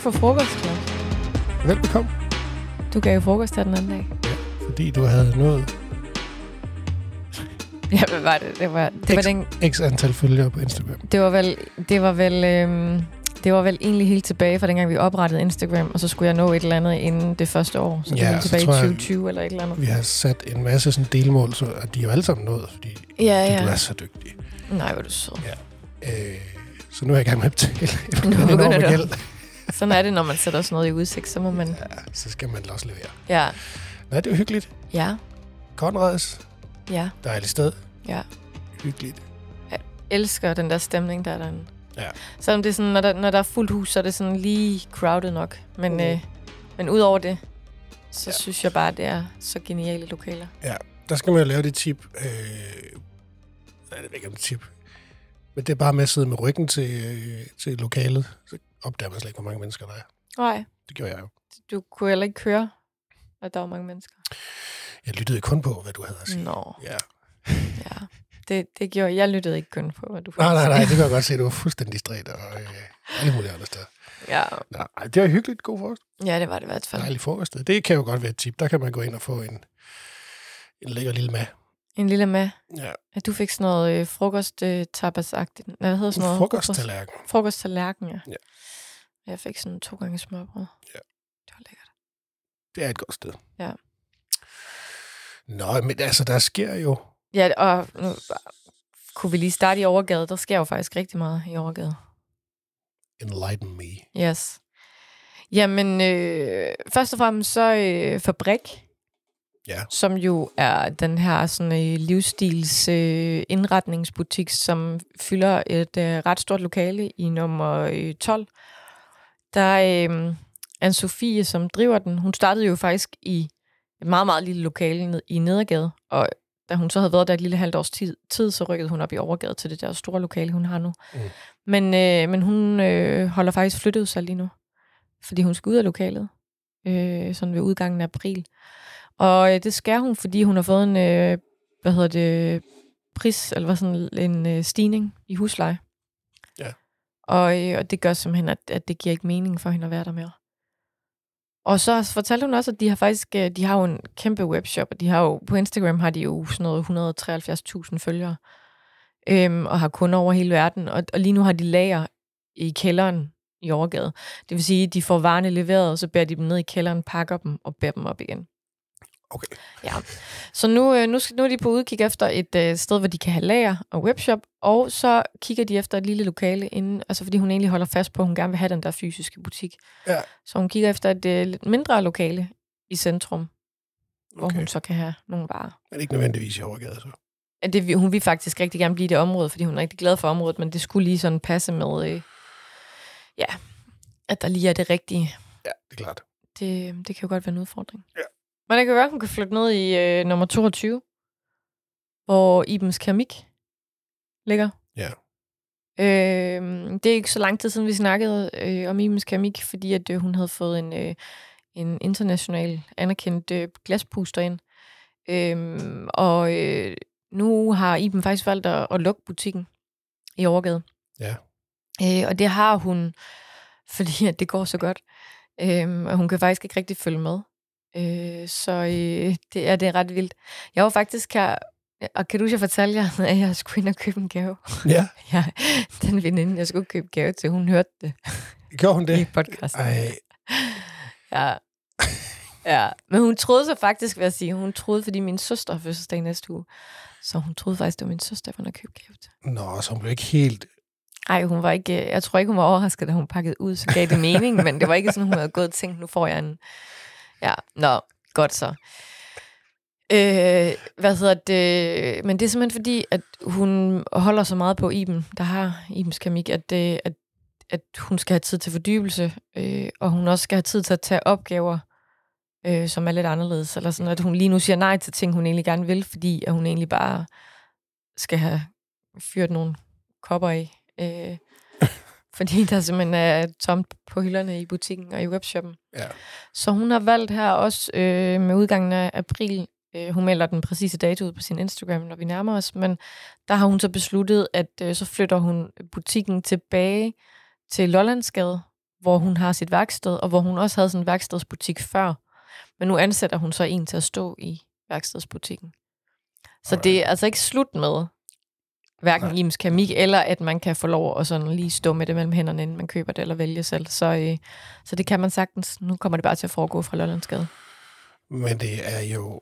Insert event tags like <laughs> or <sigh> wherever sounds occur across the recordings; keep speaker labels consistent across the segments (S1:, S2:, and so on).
S1: for frokost, Claus.
S2: Velbekomme,
S1: Du gav jo frokost her den anden dag.
S2: fordi du havde nået
S1: <laughs> Ja, hvad var det? Det var, det var,
S2: Ex-
S1: den,
S2: x antal følgere på Instagram.
S1: det var vel, det var vel, øhm, det var vel egentlig helt tilbage fra dengang, vi oprettede Instagram, og så skulle jeg nå et eller andet inden det første år. Så det
S2: Ja,
S1: var helt
S2: så
S1: tilbage i
S2: tror jeg-
S1: 2020 eller et eller andet.
S2: Vi har sat en masse sådan delmål, så, og de er jo alle sammen nået, fordi
S1: Ja,
S2: ja. du
S1: ja.
S2: er så dygtig.
S1: Nej, hvor er du sød.
S2: Øh, så nu er jeg i gang med
S1: <laughs>
S2: at betale
S1: Nu
S2: en
S1: begynder
S2: enorm
S1: du.
S2: gæld.
S1: Sådan er det, når man sætter sådan noget i udsigt, så må man...
S2: Ja, så skal man også levere.
S1: Ja,
S2: Nej, det er jo hyggeligt.
S1: ja,
S2: Konrads,
S1: ja.
S2: dejligt sted.
S1: Ja.
S2: Hyggeligt.
S1: Elsker den der stemning, der er derinde.
S2: Ja.
S1: Selvom det er sådan, når der, når der er fuldt hus, så er det sådan lige crowded nok. Men,
S2: Mm.
S1: mm. øh, men udover det, så
S2: Ja.
S1: ja. synes jeg bare, det er så geniale lokaler.
S2: Der skal man jo lave det tip. Øh, nej, det ved ikke om det er tip. Men det er bare med at sidde med ryggen til, øh, til lokalet. Så opdager man slet ikke, hvor mange mennesker der er.
S1: Nej,
S2: Det gjorde jeg jo.
S1: du kunne heller ikke køre, og der var mange mennesker.
S2: Jeg lyttede kun på, hvad du havde at sige.
S1: Nå,
S2: Ja.
S1: ja. Det, det gjorde, jeg lyttede ikke kun på, hvad du
S2: Nej, nej, nej, det kan jeg godt se. Du var fuldstændig distræt og øh, alle mulige andre steder.
S1: Ja.
S2: Nej, det var hyggeligt. God frokost.
S1: ja, det var det i hvert fald.
S2: Dejlig frokost. Det kan jo godt være et tip. Der kan man gå ind og få en, en lækker lille mad.
S1: En lille med,
S2: Ja,
S1: at du fik sådan noget øh, frokost øh, tapasagtigt. Nej, hvad hedder sådan
S2: en
S1: noget?
S2: frokosttallerken.
S1: Frokosttallerken, ja.
S2: Ja.
S1: Jeg fik sådan to gange smørbrød.
S2: Ja.
S1: Det var lækkert.
S2: Det er et godt sted.
S1: Ja. Nå,
S2: Nå, men altså, der sker jo...
S1: Ja, og nu kunne vi lige starte i Overgade. Der sker jo faktisk rigtig meget i Overgade.
S2: Enlighten me.
S1: Yes. Jamen, øh, først og fremmest så øh, Fabrik,
S2: Ja.
S1: som jo er den her sådan, øh, livsstils øh, indretningsbutik, som fylder et øh, ret stort lokale i nummer øh, 12. Der er øh, Anne-Sophie, som driver den. Hun startede jo faktisk i et meget, meget lille lokale ned, i Nedergade, og da hun så havde været der et lille halvt års tid, tid så rykkede hun op i Overgade til det der store lokale, hun har nu.
S2: Mm.
S1: Mm. Men, øh, men hun øh, holder faktisk flyttet sig lige nu, fordi hun skal ud af lokalet, øh, sådan ved udgangen af april. Og øh, det skal hun, fordi hun har fået en, øh, hvad hedder det, pris, eller hvad sådan en øh, stigning i husleje.
S2: Ja.
S1: Og, øh, og det gør simpelthen, at, at det giver ikke mening for hende at være der mere. Og så fortalte hun også, at de har faktisk, øh, de har jo en kæmpe webshop, og de har jo, på Instagram har de jo sådan noget 173.000 følgere, øhm, og har kunder over hele verden, og, og lige nu har de lager i kælderen i Overgade. Det vil sige, at de får varerne leveret, og så bærer de dem ned i kælderen, pakker dem og bærer dem op igen.
S2: Okay.
S1: Ja. Så nu, øh, nu, skal, nu er de på udkig efter et øh, sted, hvor de kan have lager og webshop, og så kigger de efter et lille lokale inden, altså fordi hun egentlig holder fast på, at hun gerne vil have den der fysiske butik.
S2: Ja.
S1: Så hun kigger efter et øh, lidt mindre lokale i centrum, okay. hvor
S2: okay.
S1: hun så kan have nogle varer.
S2: Men ikke nødvendigvis i overgade, så.
S1: Ja, Det, vil- hun vil faktisk rigtig gerne blive i det område, fordi hun er rigtig glad for området, men det skulle lige sådan passe med, øh, ja, at der lige er det rigtige.
S2: Ja, det er klart.
S1: Det, det kan jo godt være en udfordring.
S2: Ja.
S1: Men det kan være, at hun kan flytte ned i øh, nummer 22, hvor Ibens Keramik ligger.
S2: Ja.
S1: Øh, det er ikke så lang tid siden, vi snakkede øh, om Ibens Keramik, fordi at, øh, hun havde fået en, øh, en international anerkendt øh, glaspuster ind. Øh, og øh, nu har Iben faktisk valgt at, at lukke butikken i Overgade.
S2: Ja.
S1: Øh, og det har hun, fordi at det går så godt. Øhm, og hun kan faktisk ikke rigtig følge med. Øh, så øh, det, er, det er ret vildt. Jeg var faktisk her, og kan du huske, jeg fortalte jer, at jeg skulle ind og købe en gave? <laughs>
S2: Ja,
S1: Ja, den veninde, jeg skulle købe gave til, hun hørte det,
S2: gjorde hun det?
S1: det. i podcasten.
S2: Ej,
S1: Ja. ja. Men hun troede så faktisk, hvad jeg sige, hun troede, fordi min søster har fødselsdag i næste uge. Så hun troede faktisk, det var min søster, hun havde købt gave til.
S2: nå, så hun blev ikke helt...
S1: Nej, hun var ikke, øh, jeg tror ikke, hun var overrasket, da hun pakkede ud, så gav det mening, men det var ikke sådan, hun havde gået og tænkt, nu får jeg en... Ja, nå, godt så. Øh, hvad hedder det? Men det er simpelthen fordi, at hun holder så meget på Iben, der har Ibens keramik, at, øh, at, at hun skal have tid til fordybelse, øh, og hun også skal have tid til at tage opgaver, øh, som er lidt anderledes, eller sådan, at hun lige nu siger nej til ting, hun egentlig gerne vil, fordi at hun egentlig bare skal have fyret nogle kopper af, øh, <laughs> fordi der simpelthen er tomt på hylderne i butikken og i webshoppen.
S2: Ja.
S1: Så hun har valgt her også øh, med udgangen af april, øh, hun melder den præcise dato ud på sin Instagram, når vi nærmer os, men der har hun så besluttet, at øh, så flytter hun butikken tilbage til Lollandsgade, hvor hun har sit værksted, og hvor hun også havde sådan en værkstedsbutik før. Men nu ansætter hun så en til at stå i værkstedsbutikken. Så
S2: Alright.
S1: det er altså ikke slut med hverken
S2: Nej.
S1: Nej. imsk keramik, eller at man kan få lov at sådan lige stå med det mellem hænderne, inden man køber det eller vælger selv. Så, øh, så det kan man sagtens. Nu kommer det bare til at foregå fra Lollandsgade.
S2: Men det er jo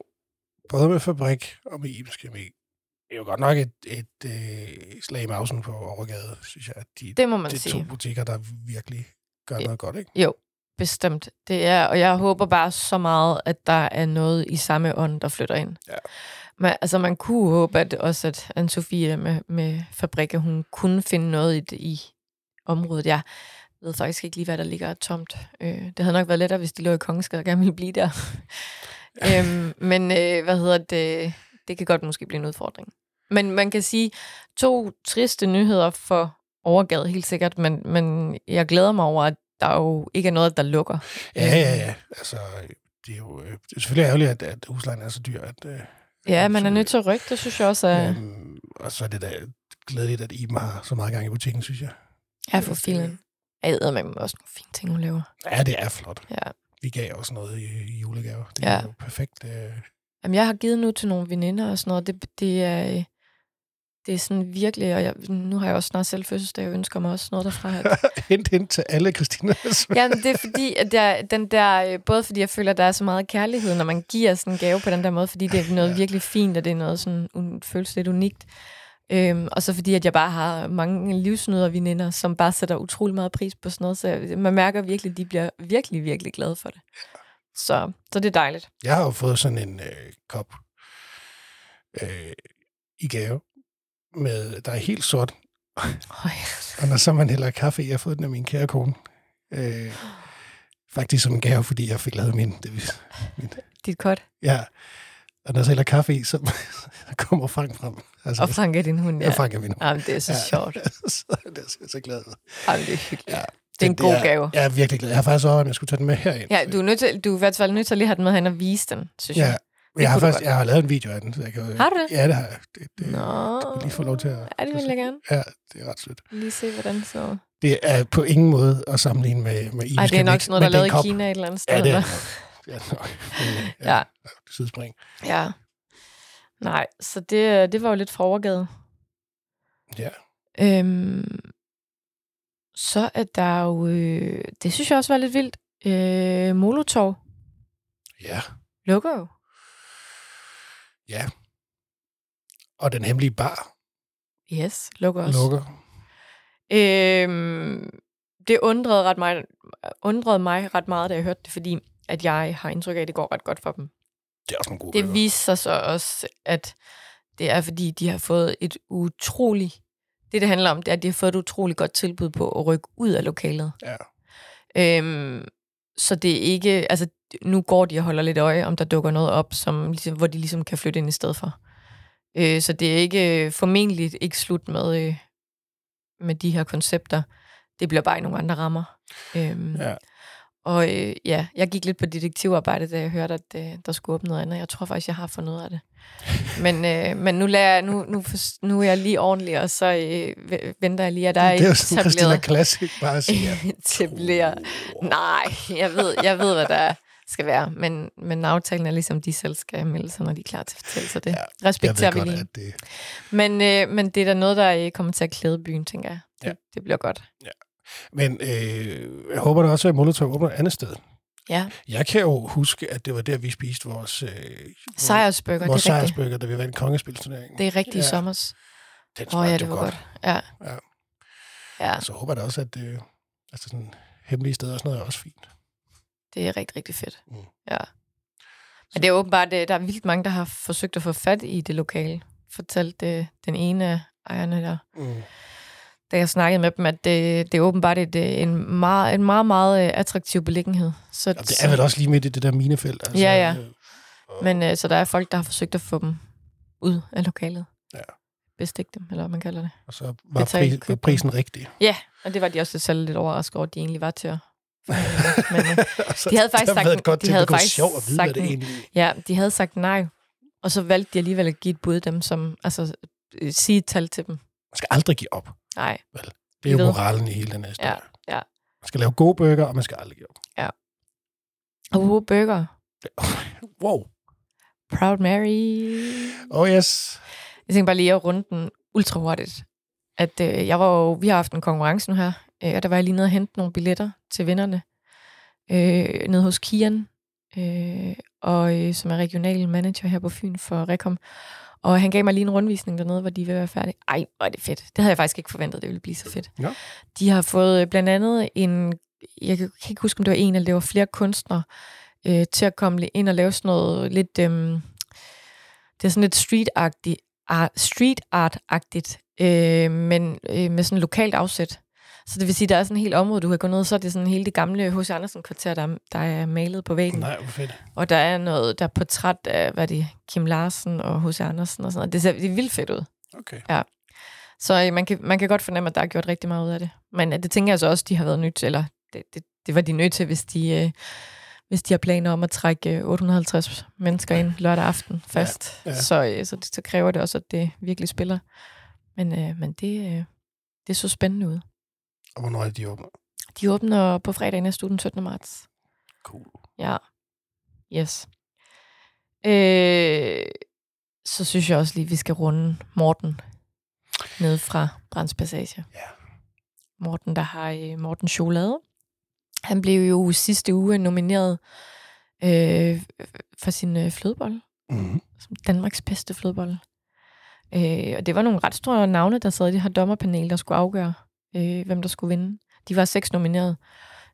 S2: både med fabrik og med ibskemi. Det er jo godt nok et, et, øh, et slag i mausen på Overgade, synes jeg. at De,
S1: Det må man
S2: det er
S1: sige.
S2: to butikker, der virkelig gør
S1: Ja.
S2: noget godt, ikke?
S1: Bestemt. Det er, og jeg håber bare så meget, at der er noget i samme ånd, der flytter ind.
S2: Ja.
S1: Men, altså, man kunne håbe, at også at Anne-Sophie øh, med, med fabrikker, hun kunne finde noget i, det- i området. Jeg ved faktisk ikke lige, hvad der ligger tomt. Øh, det havde nok været lettere, hvis de lå i Kongensgade og gerne ville blive der. <laughs> øhm, men øh, hvad hedder det? Det kan godt måske blive en udfordring. Men man kan sige, to triste nyheder for overgade, helt sikkert, men, men jeg glæder mig over, at der jo ikke er noget, der lukker.
S2: Ja, ja, ja. Altså, det er jo øh, det er selvfølgelig ærgerligt, at, at huslejen er så dyr. At, øh,
S1: Ja, man er
S2: Absolut.
S1: nødt til at rykke, det synes jeg også er...
S2: øhm, og så er det da glædeligt, at Iben har så meget gang i butikken, synes jeg.
S1: Ja, for filen. Jeg æder med også nogle fine ting, hun laver.
S2: Ja, det er flot.
S1: Ja.
S2: Vi gav også noget i, i julegave. Det er
S1: Ja.
S2: jo perfekt. Øh, <laughs>
S1: Jamen, jeg har givet nu til nogle veninder og sådan noget. Det, det er... øh, Det er sådan virkelig, og jeg, nu har jeg også snart selv fødselsdag, jeg ønsker mig også noget derfra. At,
S2: hent, hent til alle Christinas.
S1: Jamen, det er fordi, at jeg, den der, øh, både fordi jeg føler, at der er så meget kærlighed, når man giver sådan en gave på den der måde, fordi
S2: <laughs>
S1: det er noget virkelig fint, og det er noget sådan, un, føles lidt unikt. Øhm, og så fordi, at jeg bare har mange livsnyder og veninder, som bare sætter utrolig meget pris på sådan noget, så jeg, man mærker virkelig, at de bliver virkelig, virkelig glade for det. Så, så det er dejligt.
S2: Jeg har jo fået sådan en øh, kop øh, i gave, med, der er helt sort,
S1: Høj.
S2: og når så man hælder kaffe i, jeg har fået den af min kære kone. Øh, faktisk som en gave, fordi jeg fik lavet min. Det, vil-
S1: Dit kort.
S2: ja. Og når jeg så hælder kaffe i, så, så kommer Frank frem. Altså,
S1: Og Frank er din hund,
S2: ja.
S1: ja.
S2: Frank er min.
S1: Jamen, det er så sjovt.
S2: <laughs> så det er jeg så glad.
S1: Jamen, det er hyggeligt.
S2: Ja.
S1: Det er en god
S2: jeg-
S1: gave.
S2: Jeg er virkelig glad. Jeg har faktisk overvejet, om jeg skulle tage den med herind.
S1: Ja, du er, nødt til, du er i hvert fald nødt til at lige have den med hen og vise den, synes
S2: ja.
S1: jeg.
S2: Jeg
S1: kunne
S2: har,
S1: du
S2: faktisk,
S1: godt.
S2: jeg har lavet en video af den. Så jeg kan, jo-
S1: Har du det?
S2: Ja, det har jeg. Det, det,
S1: Nå.
S2: Du kan lige få lov til at...
S1: Ja, det vil jeg gerne.
S2: Ja, det er ret sødt.
S1: Lige se, hvordan så... Ej,
S2: Det er på ingen måde at sammenligne med, med Ibis
S1: det er nok
S2: Keramik,
S1: sådan noget,
S2: men
S1: der er
S2: det
S1: lavet
S2: en kop.
S1: i Kina et eller andet sted.
S2: Ja, det er
S1: eller?
S2: det nok. Ja, det er nok. Men, øh,
S1: <laughs> Ja.
S2: Sidespring.
S1: ja. Nej, så det, øh, det var jo lidt for overgade.
S2: Ja.
S1: Øhm, så er der jo... Øh, det synes jeg også var lidt vildt. Øh, Molotov
S2: Ja.
S1: lukker jo.
S2: Og den hemmelige bar
S1: Yes, lukker også.
S2: Også. lukker.
S1: Øhm, det undrede, ret meget, undrede mig ret meget, da jeg hørte det, fordi at jeg har indtryk af, at det går ret godt for dem.
S2: Det er også en god
S1: Det viste sig så også, at det er, fordi de har fået et utroligt... Det, det handler om, det er, at de har fået et utroligt godt tilbud på at rykke ud af lokalet.
S2: Ja.
S1: Øhm, så det er ikke... Altså, nu går de og holder lidt øje, om der dukker noget op, som, ligesom, hvor de ligesom kan flytte ind i stedet for. Øh, så det er ikke formentlig ikke slut med, øh, med de her koncepter. Det bliver bare i nogle andre rammer. Øhm,
S2: Ja.
S1: og øh, ja, jeg gik lidt på detektivarbejde, da jeg hørte, at øh, der skulle åbne noget andet. Jeg tror faktisk, jeg har fundet ud af det. Men, øh, men nu, lader jeg, nu, nu, fors- nu er jeg lige ordentlig, og så øh, v- venter jeg lige, at der er
S2: Det er jo sådan en Christina
S1: etableret...
S2: Classic, bare
S1: <laughs>
S2: at sige,
S1: etableret. Nej, jeg ved, jeg ved hvad der skal være. Men, men aftalen er ligesom, de selv skal melde sig, når de er klar til at fortælle sig det. Ja,
S2: jeg ved
S1: Respekterer vi
S2: godt,
S1: lige.
S2: at det...
S1: Men, øh, men det er da noget, der øh, kommer til at klæde byen, tænker jeg. Det,
S2: Ja.
S1: det bliver godt.
S2: Men øh, jeg håber da også, at Molotov åbner et andet sted.
S1: Ja,
S2: Jeg kan jo huske, at det var der, vi spiste vores, øh,
S1: sejrsbøger,
S2: vores
S1: det er rigtigt.
S2: sejrsbøger, da vi vandt kongespilsturneringen.
S1: Det er rigtigt i
S2: Ja.
S1: sommers.
S2: Den
S1: Åh oh, ja,
S2: smagte
S1: det
S2: jo
S1: var godt. Ja.
S2: Ja.
S1: ja,
S2: Så håber jeg da også, at øh, altså sådan hemmelige steder og sådan noget er også fint.
S1: det er rigtig, rigtig fedt.
S2: Mm.
S1: Ja. Men det er åbenbart, at der er vildt mange, der har forsøgt at få fat i det lokale. Fortalte øh, den ene af ejerne der,
S2: Mm.
S1: da jeg snakkede med dem, at det, det er åbenbart et, øh, en, meget, en meget, meget øh, attraktiv beliggenhed. Så,
S2: Og det er vel også lige midt i det der minefelt. Altså,
S1: Ja, ja.
S2: øh,
S1: Men øh, så der er folk, der har forsøgt at få dem ud af lokalet.
S2: Ja.
S1: Bestikke dem, eller hvad man kalder det.
S2: Og så var,
S1: Betalt
S2: pris, var
S1: køberen.
S2: prisen <laughs> rigtig.
S1: Og det var de også selv lidt overrasket over, at de egentlig var til at... Men, øh,
S2: så
S1: De havde faktisk
S2: der
S1: sagt-
S2: været et godt
S1: de
S2: til,
S1: havde
S2: <laughs> det kunne
S1: faktisk
S2: sjovt at vide, hvad
S1: sagt
S2: det
S1: en-
S2: egentlig
S1: Ja, de havde sagt nej, og så valgte de alligevel at give et bud dem, som, altså øh, sige et tal til dem.
S2: Man skal aldrig give op.
S1: Nej,
S2: Det er jo
S1: Ved.
S2: moralen i hele den her historie.
S1: ja.
S2: Man skal lave gode burger, og man skal aldrig lave...
S1: Apropos burger.
S2: Wow.
S1: Proud Mary.
S2: Oh yes.
S1: Jeg tænkte bare lige at runde den ultra hurtigt. At øh, jeg var jo, vi har haft en konkurrence nu her, øh, og der var jeg lige nede og hente nogle billetter til vinderne. Øh, nede hos Kian, øh, og, øh, som er regional manager her på Fyn for Rekom. Og han gav mig lige en rundvisning dernede, hvor de vil være færdige. Ej, hvor er det fedt. Det havde jeg faktisk ikke forventet, det ville blive så fedt.
S2: Ja.
S1: De har fået øh, blandt andet en, jeg kan kan ikke huske, om det var en eller det var flere kunstnere, øh, til at komme ind og lave sådan noget lidt, øh, det er sådan lidt street-agtigt, ar- street art-agtigt, øh, men øh, med sådan lokalt afsæt. Så det vil sige, der er sådan et helt område, du kan gå ned, og så er det sådan hele det gamle H.C. Andersen-kvarter, der, er- der er malet på væggen.
S2: Nej, hvor fedt.
S1: Og der er noget, der er portræt af, hvad er det Kim Larsen og H.C. Andersen og sådan noget. Det ser det er vildt fedt ud.
S2: Okay.
S1: Så øh, man kan, man kan godt fornemme, at der er gjort rigtig meget ud af det. Men øh, det tænker jeg så også, de har været nødt til, eller det, det, det var de nødt til, hvis de, øh, hvis de har planer om at trække øh, 850 mennesker ind lørdag aften fast. Ja,
S2: ja.
S1: ja. Så, øh, så, det, så kræver det også, at det virkelig spiller. Men, øh, men det, øh, det så spændende ud.
S2: Og hvornår er det, de åbner?
S1: De åbner på fredag i næste uge, den 17. marts.
S2: Cool.
S1: Ja. Yes. Øh, så synes jeg også lige, vi skal runde Morten ned fra Brands Passage.
S2: Ja.
S1: Morten, der har øh, Morten Chokolade. Han blev jo sidste uge nomineret øh, for sin øh, flødebolle,
S2: Mm-hmm.
S1: som Danmarks bedste flødebolle. Øh, og det var nogle ret store navne, der sad i det her dommerpanel, der skulle afgøre, øh, hvem der skulle vinde. De var seks nomineret.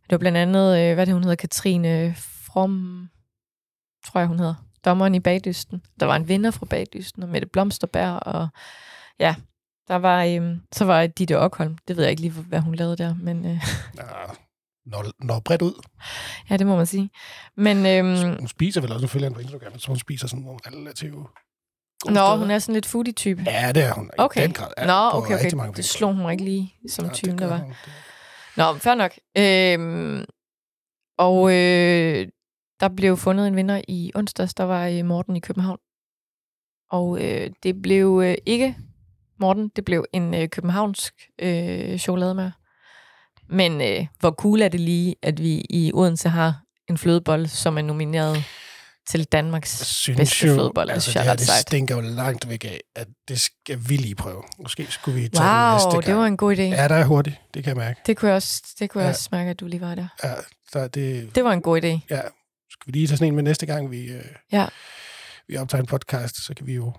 S1: Det var blandt andet, øh, hvad er det hun hedder, Katrine From, tror jeg hun hedder, dommeren i Bagdysten. Der var en vinder fra Bagdysten, og Mette Blomsterbær, og ja, der var, øh, så var Ditte Ockholm. Det ved jeg ikke lige, hvad hun lavede der, men øh, <laughs>
S2: Ja, når, når bredt ud.
S1: ja, det må man sige. Men øh,
S2: Hun spiser vel også, nu følger jeg hende på Instagram, jeg tror, hun spiser sådan nogle relativt gode
S1: nå,
S2: steder.
S1: hun er sådan lidt foodie-type.
S2: Ja, det er hun. I
S1: Okay.
S2: Den grad. Ja,
S1: Nå,
S2: på
S1: okay,
S2: rigtig
S1: okay.
S2: mange
S1: Det
S2: vinkler.
S1: slog hun mig ikke lige som
S2: Ja, det
S1: typen, der
S2: gør
S1: var.
S2: hun. Det-
S1: Nå, men fair nok. Øhm, og øh, der blev fundet en vinder i onsdags, der var øh, Morten i København. Og øh, det blev øh, ikke Morten, det blev en øh, københavnsk øh, chokolademager. Men øh, hvor cool er det lige, at vi i Odense har en flødebolle, som er nomineret til
S2: Jeg
S1: Danmarks
S2: synes
S1: bedste
S2: jo,
S1: flødebolle.
S2: altså,
S1: Shout
S2: det, her,
S1: out
S2: det
S1: sejt.
S2: stinker jo langt væk af, at det skal vi lige prøve. Måske skulle vi tage den næste
S1: Wow,
S2: gang.
S1: det var en god idé. Ja.
S2: Ja, der er hurtigt, det kan jeg mærke.
S1: Det kunne jeg også, det kunne jeg
S2: Ja.
S1: også mærke, at du lige var der.
S2: Ja, der, det
S1: Det var en god idé.
S2: skal vi lige tage sådan en med næste gang, vi, øh,
S1: Ja.
S2: vi optager en podcast, så kan vi jo...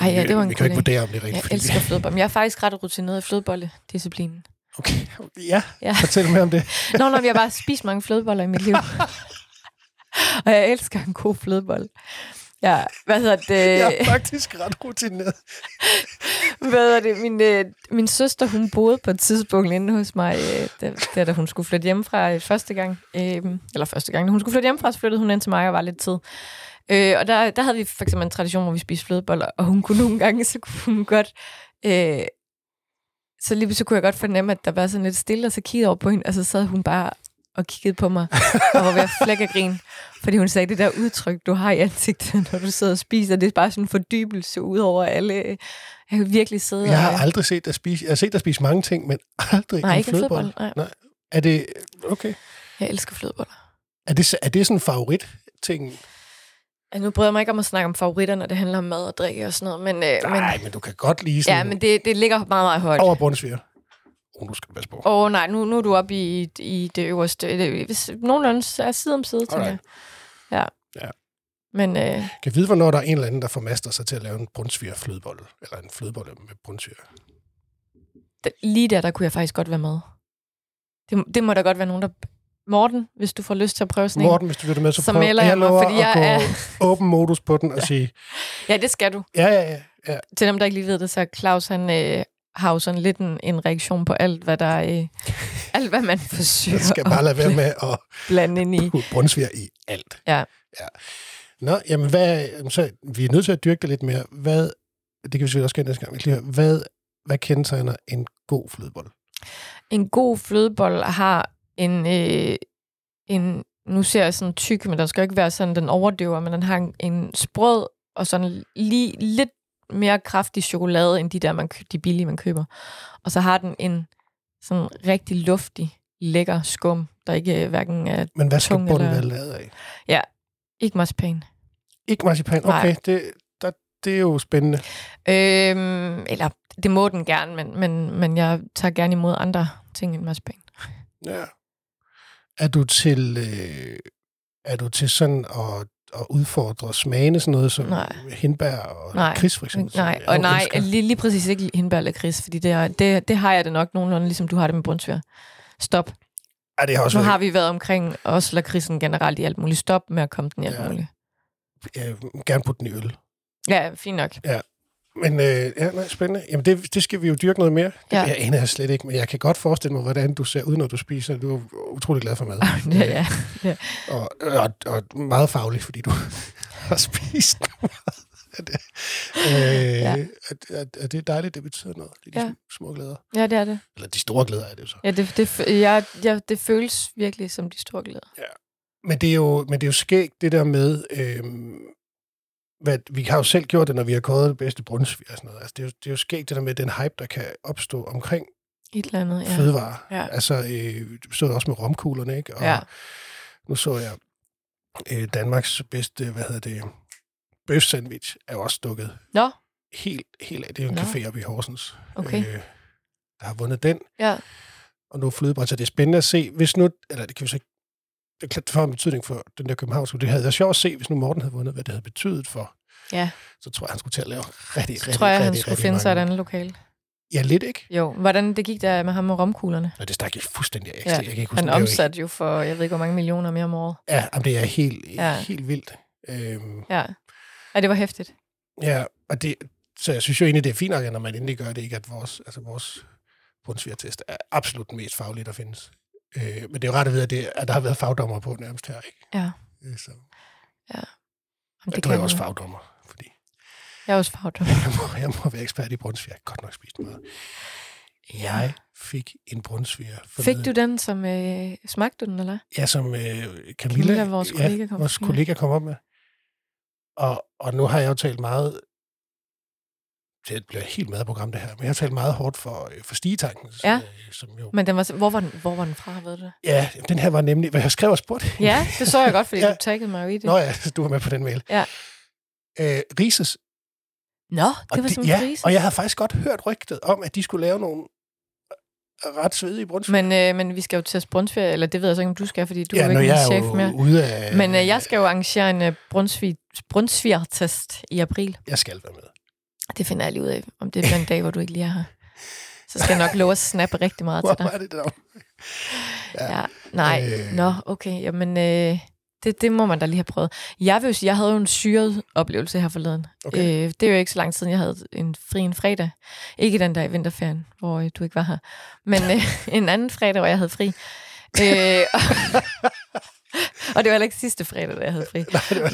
S1: Ej, ja, det var en
S2: vi kan jo
S1: god idé.
S2: ikke vurdere, om det er rigtigt.
S1: Jeg
S2: fordi vi-
S1: elsker flødebolle. Men jeg er faktisk ret rutineret i flødebolledisciplinen.
S2: Okay, ja,
S1: Ja.
S2: fortæl mere om det.
S1: Nå, når jeg har bare spist mange flødeboller i mit
S2: <laughs>
S1: liv. og jeg elsker en god flødebolle. Ja, hvad hedder
S2: <laughs>
S1: det?
S2: Jeg
S1: Ja.
S2: er faktisk ret rutineret.
S1: Hvad hedder det? Min, øh, min søster, hun boede på et tidspunkt inde hos mig, øh, da, da, da hun skulle flytte hjemmefra øh, første gang. Øh, eller første gang, da hun skulle flytte hjemmefra, så flyttede hun ind til mig og var lidt tid. Øh, og der, der havde vi for eksempel en tradition, hvor vi spiste flødeboller, og hun kunne nogle gange, så kunne hun godt... Øh, så lige så kunne jeg godt fornemme, at der var sådan lidt stille, og så kiggede jeg over på hende, og så sad hun bare og kiggede på mig, og var ved at flække af grin, fordi hun sagde, det der udtryk, du har i ansigtet, når du sidder og spiser, det er bare sådan en fordybelse ud over alle. Jeg kan virkelig sidde
S2: Jeg
S1: og...
S2: har aldrig set dig spise... Jeg har set dig spise mange ting, men aldrig
S1: Nej,
S2: en
S1: ikke en
S2: flødebolle.
S1: flødebolle. Nej.
S2: Er det... Okay.
S1: Jeg elsker flødeboller.
S2: Er det, så- er det sådan en favorit-ting?
S1: Altså, nu bryder jeg mig ikke om at snakke om favoritter, når det handler om mad og drikke og sådan noget, men, øh, men,
S2: Nej, men du kan godt lide sådan...
S1: ja, men det, det ligger meget, meget højt.
S2: Over Brunsviger. Oh, nu skal du passe på.
S1: Åh oh, nej, nu, nu er du oppe i, i det øverste. Det- Hvis nogenlunde er side om side, tænker jeg.
S2: Alright.
S1: Ja.
S2: Ja.
S1: Men øh,
S2: Kan vide, hvornår der er en eller anden, der formaster sig til at lave en brunsviger flødebolle. Eller en flødebolle med brunsviger.
S1: d- lige der, der kunne jeg faktisk godt være med. Det, det må der godt være nogen, der... Morten, hvis du får lyst til at prøve sådan en,
S2: Morten, hvis du lytter med, så,
S1: så
S2: prøv.
S1: melder
S2: Og
S1: jeg mig,
S2: lover
S1: fordi jeg
S2: at gå
S1: er...
S2: åben modus på den og sige,
S1: Ja, det skal du.
S2: ja, ja, ja. ja.
S1: Til dem, der ikke lige ved det, så Claus, han øh, har jo sådan lidt en, en reaktion på alt, hvad der
S2: <laughs>
S1: øh, alt, hvad man forsøger
S2: Jeg skal bare lade være med at
S1: at blande ind <laughs> i.
S2: putte brunsviger i alt.
S1: Ja.
S2: ja. Nå, jamen, hvad, jamen, så, vi er nødt til at dyrke det lidt mere. Hvad, det kan vi selvfølgelig også gøre næste gang. vi skal lige høre, Hvad, hvad kendetegner en god flødebolle?
S1: En god flødebolle har en, øh, en... Nu ser jeg sådan tyk, men den skal jo ikke være sådan, den overdøver, men den har en, en sprød og sådan lige lidt mere kraftig chokolade, end de der, man kø- de billige, man køber. Og så har den en sådan rigtig luftig lækker skum, der ikke øh, hverken er
S2: Men hvad skal
S1: Tung
S2: bunden
S1: eller-
S2: være lavet af?
S1: ikke marcipan.
S2: Ikke marcipan. Okay, det, der, det er jo spændende.
S1: Øhm, eller det må den gerne, men, men, men jeg tager gerne imod andre ting end marcipan.
S2: Ja. Er du til, øh, er du til sådan at, at udfordre smagene, sådan noget som
S1: Nej.
S2: hindbær og
S1: Nej.
S2: kris for eksempel? som
S1: Nej,
S2: jeg
S1: og
S2: jo
S1: nej,
S2: elsker?
S1: lige, lige præcis ikke hindbær eller kris, fordi det, er, det, det har jeg det nok nogenlunde, ligesom du har det med brunsvær. Stop.
S2: Ej, det har også
S1: Nu
S2: været
S1: har vi været omkring også lakrisen generelt i alt muligt. Stop med at komme den i alt
S2: Ja.
S1: muligt.
S2: jeg vil gerne putte den i øl.
S1: Ja, fint nok.
S2: Men øh, ja, nej, spændende. Jamen, det, det skal vi jo dyrke noget mere. Ja.
S1: Ja. <laughs>
S2: Jeg aner jeg slet ikke, men jeg kan godt forestille mig, hvordan du ser ud, når du spiser. Du er jo utrolig glad for mad.
S1: <laughs> Ja, ja.
S2: Og, og, og meget faglig, fordi du <laughs> har spist <laughs> meget af det. Øh, ja.
S1: Ja.
S2: er, er, er det dejligt, det betyder noget? Det er de
S1: Ja.
S2: ja. små glæder.
S1: ja det er det.
S2: Eller de store glæder er det jo så.
S1: Ja, det, det, f- ja, ja, det føles virkelig som de store glæder.
S2: Men det er jo, men det er jo skægt, det der med... Øh, hvad, vi har jo selv gjort det, når vi har kåret det bedste brunsvig og sådan noget. Altså, det, er jo, det er jo skægt, det der med den hype, der kan opstå omkring
S1: Et eller andet, ja.
S2: fødevarer.
S1: Ja.
S2: Altså, øh, du så det også med romkuglerne, ikke? Og øh,
S1: Ja.
S2: nu så jeg øh, Danmarks bedste, hvad hedder det, bøf sandwich er også dukket
S1: Nå.
S2: helt, helt af. Det er jo en
S1: Nå.
S2: café oppe i Horsens,
S1: Okay.
S2: øh, der har vundet den.
S1: Ja.
S2: Og nu er flødebræt, så det er spændende at se. Hvis nu, eller det kan vi så ikke, det er klart, det får en betydning for den der københavnske. Det havde været sjovt at se, hvis nu Morten havde vundet, hvad det havde betydet for.
S1: Ja.
S2: Så tror jeg, han skulle til at lave rigtig,
S1: Så
S2: rigtig,
S1: tror jeg,
S2: rigtig,
S1: han
S2: rigtig,
S1: skulle finde
S2: mange.
S1: sig et andet lokale.
S2: Ja, lidt ikke.
S1: Jo, hvordan det gik der med ham med romkuglerne?
S2: Nå, det stak jeg fuldstændig af.
S1: Ja,
S2: Jeg kan ikke huske,
S1: Han
S2: det er jo ikke-
S1: omsatte jo for, jeg ved ikke, hvor mange millioner mere om året.
S2: Ja, jamen, det er helt, ja.
S1: Ja.
S2: helt vildt. Øhm,
S1: Ja. ja, det var hæftigt.
S2: ja, og det, så jeg synes jo egentlig, det er fint nok, at når man endelig gør det, ikke at vores, altså vores bundsvigertest er absolut den mest faglige, der findes. Øh, men det er jo rart at vide, at, det, at der har været fagdommer på nærmest her, ikke?
S1: Ja.
S2: Øh, Så,
S1: Jamen,
S2: det du er jo
S1: man
S2: også
S1: jo.
S2: fagdommer, fordi <laughs>
S1: Jeg er også fagdom.
S2: jeg må, jeg må være ekspert i brunsviger. Jeg har godt nok spist meget. Jeg fik en brunsviger.
S1: Fik du den, som øh, smagte du den, eller? hvad?
S2: Ja, som øh, Camilla,
S1: Camilla, vores kollega,
S2: ja,
S1: kom-
S2: vores
S1: ja.
S2: kollega kom op med. Og, og nu har jeg jo talt meget, det bliver et helt madprogram det her, men jeg har talt meget hårdt for, øh, for stigetanken, som,
S1: Ja.
S2: øh, som jo...
S1: Men den var, sim- hvor, var den, hvor var den fra, ved du
S2: <laughs>
S1: det?
S2: Ja, den her var nemlig, hvad jeg skrev og spurgte. <laughs>
S1: Ja, det så jeg godt, fordi
S2: Ja.
S1: ja. du taggede mig jo i det.
S2: Nå ja, du var med på den mail.
S1: Ja.
S2: Øh, Rises.
S1: Nå det var
S2: og
S1: som en
S2: ja,
S1: krise.
S2: og jeg havde faktisk godt hørt rygtet om, at de skulle lave nogle ret svedige brunsviger.
S1: Men, øh, men vi skal jo til brunsferie, eller det ved jeg så ikke, om du skal, fordi du
S2: ja,
S1: er jo
S2: når
S1: ikke
S2: jeg
S1: min
S2: er
S1: chef
S2: jo
S1: mere.
S2: ude af...
S1: Men øh, jeg skal jo arrangere en øh, brunsvig, brunsvigertest i april.
S2: Jeg skal være med.
S1: Det finder jeg lige ud af, om det <laughs> bliver en dag, hvor du ikke lige er her. Så skal jeg nok love at snappe rigtig meget til
S2: Hvor
S1: dig.
S2: var det der?
S1: Ja, nej.
S2: Øh.
S1: Øh. Nå, okay. Jamen, øh, det, det må man da lige have prøvet. Jeg vil jo sige, jeg havde jo en syret oplevelse her forleden.
S2: Okay.
S1: Øh, det er jo ikke så lang tid siden, jeg havde en fri en fredag. Ikke den der i vinterferien, hvor øh, du ikke var her. Men øh, <laughs> en anden fredag, hvor jeg havde fri. <laughs> Øh, og, og det var heller ikke sidste fredag, da jeg <laughs> havde fri.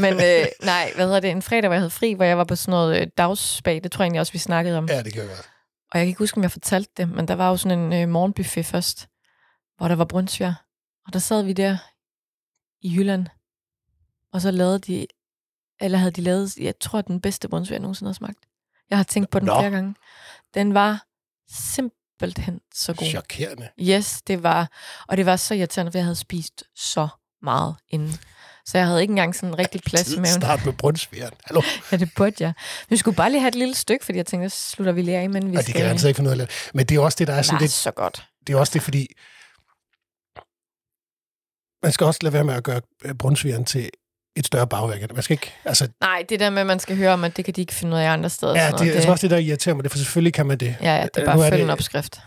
S1: Men øh, nej, hvad hedder det? En fredag, hvor jeg havde fri, hvor jeg var på sådan noget øh, dagsspag. Det tror jeg egentlig også, vi snakkede om.
S2: Ja, det kan jeg godt.
S1: Og jeg kan ikke huske, om jeg fortalte det, men der var jo sådan en øh, morgenbuffet først, hvor der var brunsviger. Og der sad vi der i Jylland, og så lavede de, eller havde de lavet, jeg tror, den bedste brunsviger, jeg nogensinde har smagt. Jeg har tænkt på den
S2: Nå.
S1: Nå. flere gange. Den var simpelthen så god.
S2: Chokerende.
S1: Yes, det var, og det var så irriterende, for jeg havde spist så meget inden. Så jeg havde ikke engang sådan en rigtig plads i maven.
S2: Start med brunsværen. Hallo.
S1: Ja, det burde jeg. Vi skulle bare lige have et lille stykke, fordi jeg tænkte, så slutter vi lige af, men vi
S2: Og det
S1: skal...
S2: kan jeg altså ikke finde ud af. at lave. Men det er jo også det, der er
S1: Nej,
S2: sådan lidt,
S1: så godt.
S2: det er også det, fordi man skal også lade være med at gøre øh, brunsvigeren til et større bagværk. Man skal ikke, altså,
S1: Nej, det der med, at man skal høre om, at det kan de ikke finde ud af andre steder. og
S2: ja,
S1: sådan
S2: det,
S1: noget,
S2: jeg tror også, det der irriterer mig, det er, for selvfølgelig kan man det.
S1: Ja, ja, det
S2: Øh,
S1: er
S2: nu er
S1: bare følge en
S2: det-
S1: opskrift.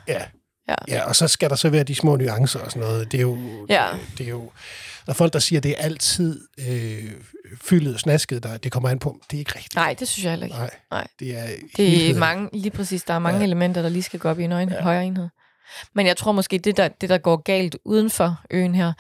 S2: Ja, og så skal der så være de små nuancer og sådan noget. Det er jo,
S1: Ja.
S2: det er jo der er folk, der siger, at det er altid øh, fyldet og snasket, der, det kommer an på. Det er ikke rigtigt.
S1: Nej, det synes jeg heller ikke.
S2: Nej.
S1: Nej.
S2: Det er,
S1: Det
S2: helheden.
S1: er mange, lige præcis, der er mange
S2: Ja.
S1: ja. elementer, der lige skal gå op i en øjen, ja. højere enhed. Men jeg tror måske, det der, det der går galt uden for øen her,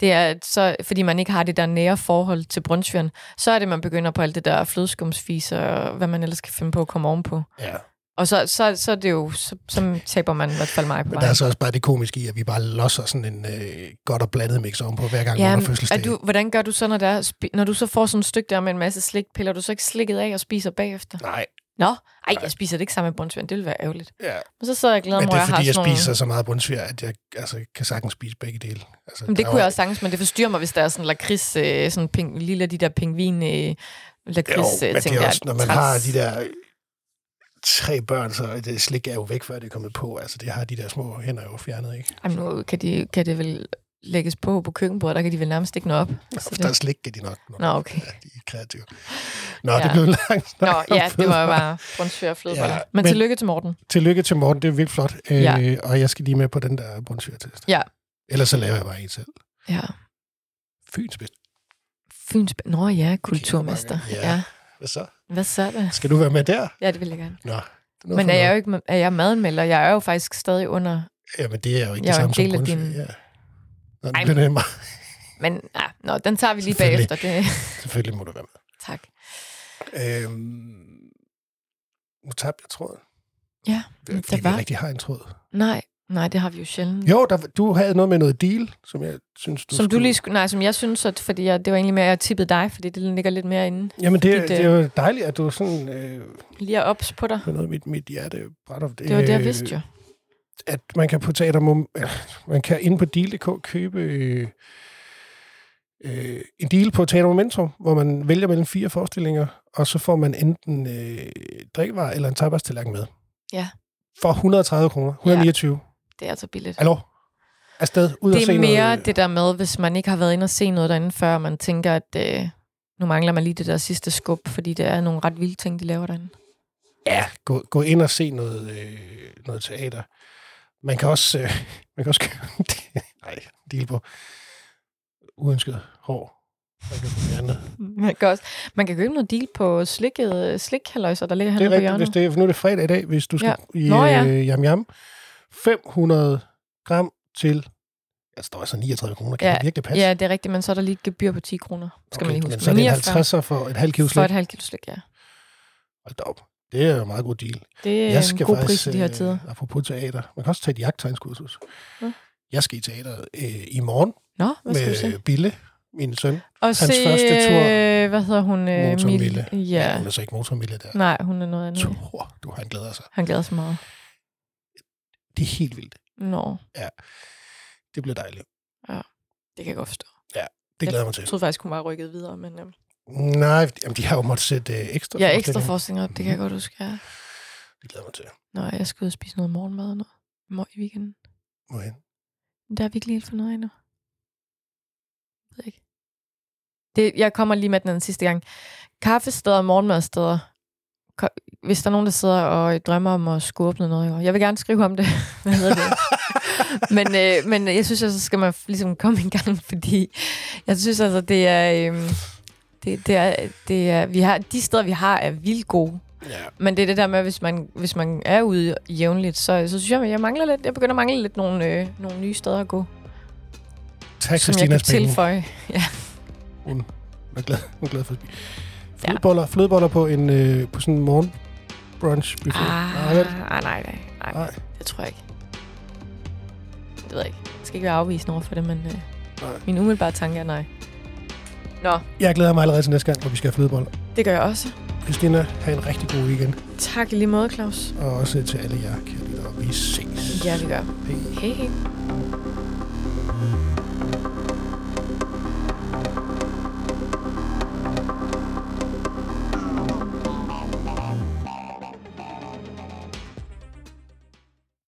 S1: det er, at så, fordi man ikke har det der nære forhold til Brunsvjern, så er det, man begynder på alt det der flødeskumsfis og hvad man ellers kan finde på at komme ovenpå.
S2: Ja.
S1: Og så, så, så er det jo, så, så taber man i hvert fald mig på
S2: Men der er
S1: vejen.
S2: så også bare det komiske i, at vi bare losser sådan en øh, godt og blandet mix ovenpå hver gang, ja,
S1: Ja,
S2: man har
S1: men
S2: fødselsdag.
S1: er du, hvordan gør du så, når, der er, spi- når du så får sådan et stykke der med en masse slik, piller du så ikke slikket af og spiser bagefter?
S2: Nej,
S1: Nå, ej, jeg spiser det ikke sammen med brunsviger. Det ville være ærgerligt.
S2: Ja,
S1: Men så sidder jeg og glæder
S2: men
S1: mig, over,
S2: det er
S1: at jeg har
S2: fordi, jeg
S1: sådan nogle-
S2: spiser så meget bundsvær, at jeg altså, kan sagtens spise begge dele. Altså,
S1: Jamen,
S2: der
S1: det
S2: er
S1: kunne
S2: jo-
S1: jeg også sagings, men det forstyrrer mig, hvis der er sådan lakrids, øh, sådan ping, lille af de der pingvin, øh,
S2: Jo,
S1: lakrids, øh,
S2: men
S1: ting
S2: det er
S1: der.
S2: også, når man
S1: Træls.
S2: har de der tre børn, så det slik er jo væk, før det er kommet på. Altså, det har de der små hænder jo fjernet, ikke?
S1: Jamen, nu kan, de, kan det vel lægges på på køkkenbordet, der kan de vel nærmest ikke nå op. Så
S2: Der er
S1: det.
S2: slik, kan de nok. Når
S1: Nå, okay.
S2: Ja, de er kreative. Nå,
S1: Ja.
S2: ja. det blev en lang snak.
S1: Nå,
S2: om
S1: ja, det var
S2: fødevarer.
S1: jo bare brunsviger og flødeboller.
S2: Ja,
S1: Ja, men,
S2: men-
S1: tillykke til Morten.
S2: Tillykke til Morten, det er vildt flot. Øh,
S1: Ja.
S2: Og jeg skal lige med på den der brunsvigertest.
S1: Ja.
S2: Ellers så laver jeg bare en selv.
S1: Ja.
S2: Fyns bedst.
S1: Fyns... Nå ja, kulturmester.
S2: Okay, ja.
S1: Ja. ja.
S2: Hvad så?
S1: Hvad så er det?
S2: Skal du være med der?
S1: Ja, det vil jeg gerne.
S2: Nå. det noget
S1: Men
S2: for
S1: er jeg jo
S2: noget.
S1: ikke er jeg madmelder? Jeg er jo faktisk stadig under...
S2: Jamen, det er jo ikke
S1: jeg
S2: det
S1: er jo
S2: samme
S1: en
S2: som
S1: del af
S2: brunsviger.
S1: din-
S2: Ja. Nå, øh,
S1: Ej,
S2: den er meget...
S1: Men ah, nå, den tager vi lige
S2: Selvfølgelig.
S1: bagefter. Det,
S2: <laughs>
S1: <laughs>
S2: Selvfølgelig må du være med.
S1: tak.
S2: Øhm, nu tabte jeg tråden.
S1: Ja,
S2: Det er,
S1: men
S2: fordi
S1: der
S2: vi
S1: var-
S2: rigtig har en tråd.
S1: Nej, nej, det har vi jo sjældent.
S2: Jo, der, du havde noget med noget deal, som jeg synes, du
S1: som du
S2: skulle-
S1: lige skulle, nej, som jeg synes, at, fordi jeg, det var egentlig mere, at jeg tippede dig, fordi det ligger lidt mere inde.
S2: Jamen, det,
S1: dit, øh-
S2: det er jo dejligt, at du sådan... Øh,
S1: Lige er ops på dig.
S2: med noget, mit, mit hjerte brænder.
S1: Det var det,
S2: Øh,
S1: jeg vidste jo.
S2: At man kan på teater... Man kan inde på deal.dk købe... Øh, øh, en deal på Teater Momentum, hvor man vælger mellem fire forestillinger, og så får man enten øh, drikkevarer eller en tapastallerken med.
S1: Ja.
S2: For 130 kroner. 129.
S1: Det er altså billigt.
S2: Hallo? Afsted, ud og
S1: Det
S2: se
S1: er mere
S2: noget. øh,
S1: det der med, hvis man ikke har været inde og se noget derinde før, og man tænker, at øh, nu mangler man lige det der sidste skub, fordi det er nogle ret vilde ting, de laver derinde.
S2: Ja, gå, gå ind og se noget, øh, noget teater. Man kan også, øh, <laughs> man kan også købe en <laughs> del- nej, en del på uønsket hår. Man kan få fjernet.
S1: <laughs> Man kan, også, man kan købe noget deal på slikket, slikhaløjser, der ligger
S2: Det er
S1: hernede på
S2: rigtigt,
S1: hjørnet.
S2: hvis det er, for nu er det fredag i dag, hvis du skal ja. i
S1: Nå, ja.
S2: øh, jam jam. 500 gram til, altså der er så 39 kroner, kan
S1: Ja,
S2: ja. det virkelig passe?
S1: Ja, det er rigtigt, men så er der lige et gebyr på 10 kroner. Skal man lige huske.
S2: Men så er det en
S1: 49
S2: 50'er for et halvt kilo
S1: for
S2: slik.
S1: et halvt kilo slik, ja.
S2: Hold da op. Det er jo en meget god deal.
S1: Det er
S2: Jeg
S1: en
S2: skal
S1: god
S2: faktisk,
S1: pris i de her tider.
S2: Øh, apropos teater. Man kan også tage et jagttegnskursus.
S1: Nå.
S2: Jeg skal i teateret øh, i morgen
S1: Nå, hvad skal du se?
S2: med Bille, min søn.
S1: Og
S2: hans første tur.
S1: øh, hvad hedder hun? Øh,
S2: Motormille.
S1: Mille.
S2: Ja. Hun
S1: Ja. Mm.
S2: er så ikke motormille der.
S1: Nej, hun er noget andet.
S2: Tror du, han glæder sig.
S1: Han glæder sig meget.
S2: Det er helt vildt.
S1: Nå,
S2: Det bliver dejligt.
S1: det kan jeg godt forstå.
S2: Det
S1: Ja.
S2: glæder jeg mig til.
S1: Jeg troede faktisk, hun var rykket videre, men øhm,
S2: Nej, jamen, de har jo måttet sætte øh, ekstra.
S1: jeg er ekstra
S2: forestillinger.
S1: forestillinger, det kan jeg godt huske. Ja.
S2: Det glæder jeg mig til.
S1: Nå, jeg skal ud og spise noget morgenmad og noget mor- i weekenden.
S2: Hvorhen?
S1: Der er vi ikke lige helt fundet noget endnu. Jeg ved ikke. Det, jeg kommer lige med den anden sidste gang. Kaffesteder og morgenmadsteder. Ko- Hvis der er nogen, der sidder og øh, drømmer om at skulle åbne noget i år. Jeg vil gerne skrive om det. <laughs> Hvad hedder det? men, øh, men jeg synes, altså, så skal man ligesom komme i gang, <laughs> fordi jeg synes altså, det er... Øh, det, det er, det er, vi har, de steder, vi har, er vildt gode.
S2: Ja,
S1: Men det er det der med, at hvis man, hvis man er ude jævnligt, så, så synes jeg, at jeg mangler lidt. Jeg begynder at mangle lidt nogle, øh, nogle nye steder at gå,
S2: tak
S1: som jeg
S2: Christina
S1: kan
S2: Spænden.
S1: tilføje.
S2: Hun er glad, hun er glad for at spise. Flødeboller, flødeboller på, en, øh, på sådan en morgen brunch buffet.
S1: Ah,
S2: Nej, vel?
S1: ah, nej, nej, nej,
S2: Nej.
S1: det tror jeg ikke. Det ved jeg ikke. Jeg skal ikke være afvisende over for det, men øh,
S2: Nej.
S1: min umiddelbare tanke er nej.
S2: Jeg glæder mig allerede til næste gang, hvor vi skal have flødeboller.
S1: Det gør jeg også.
S2: Christina, have en rigtig god weekend.
S1: Tak i lige måde, Claus.
S2: Og også til alle jer, kære lyttere. Vi ses.
S1: Ja, vi gør.
S2: Hej.
S1: Hej, hej.